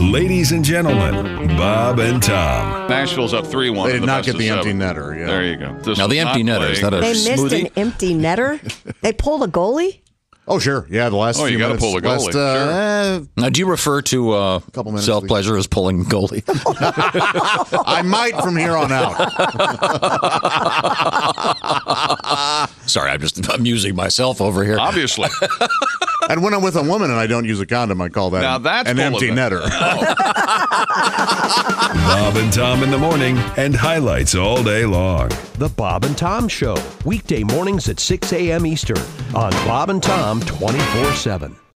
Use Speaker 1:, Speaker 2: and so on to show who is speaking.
Speaker 1: Ladies and gentlemen, Bob and Tom.
Speaker 2: Nashville's up 3 1.
Speaker 3: They did not get the empty netter. Yeah.
Speaker 2: There you go. This
Speaker 4: Now, the
Speaker 2: was
Speaker 4: empty
Speaker 2: not
Speaker 4: netter, is
Speaker 2: playing.
Speaker 4: that a
Speaker 5: They missed
Speaker 4: smoothie?
Speaker 5: an empty netter. they pulled a goalie.
Speaker 3: Oh, sure. Yeah, the last
Speaker 2: Oh, you
Speaker 3: few
Speaker 2: gotta
Speaker 3: minutes.
Speaker 2: pull the goalie.
Speaker 3: last, uh,
Speaker 4: Now, do you refer to uh,
Speaker 3: Couple minutes,
Speaker 4: self pleasure as pulling goalie?
Speaker 3: eh, I might from here on out.
Speaker 4: Sorry, I'm just amusing myself over here.
Speaker 2: Obviously.
Speaker 3: and when I'm with a woman and I don't use a condom, I call that
Speaker 2: Now
Speaker 3: an-
Speaker 2: that's
Speaker 3: an
Speaker 2: full
Speaker 3: empty
Speaker 2: of it. Oh,
Speaker 3: netter.
Speaker 1: Bob and Tom in the morning and highlights all day long.
Speaker 6: The Bob and Tom Show, weekday mornings at 6 a.m. Eastern on Bob and Tom 24 7.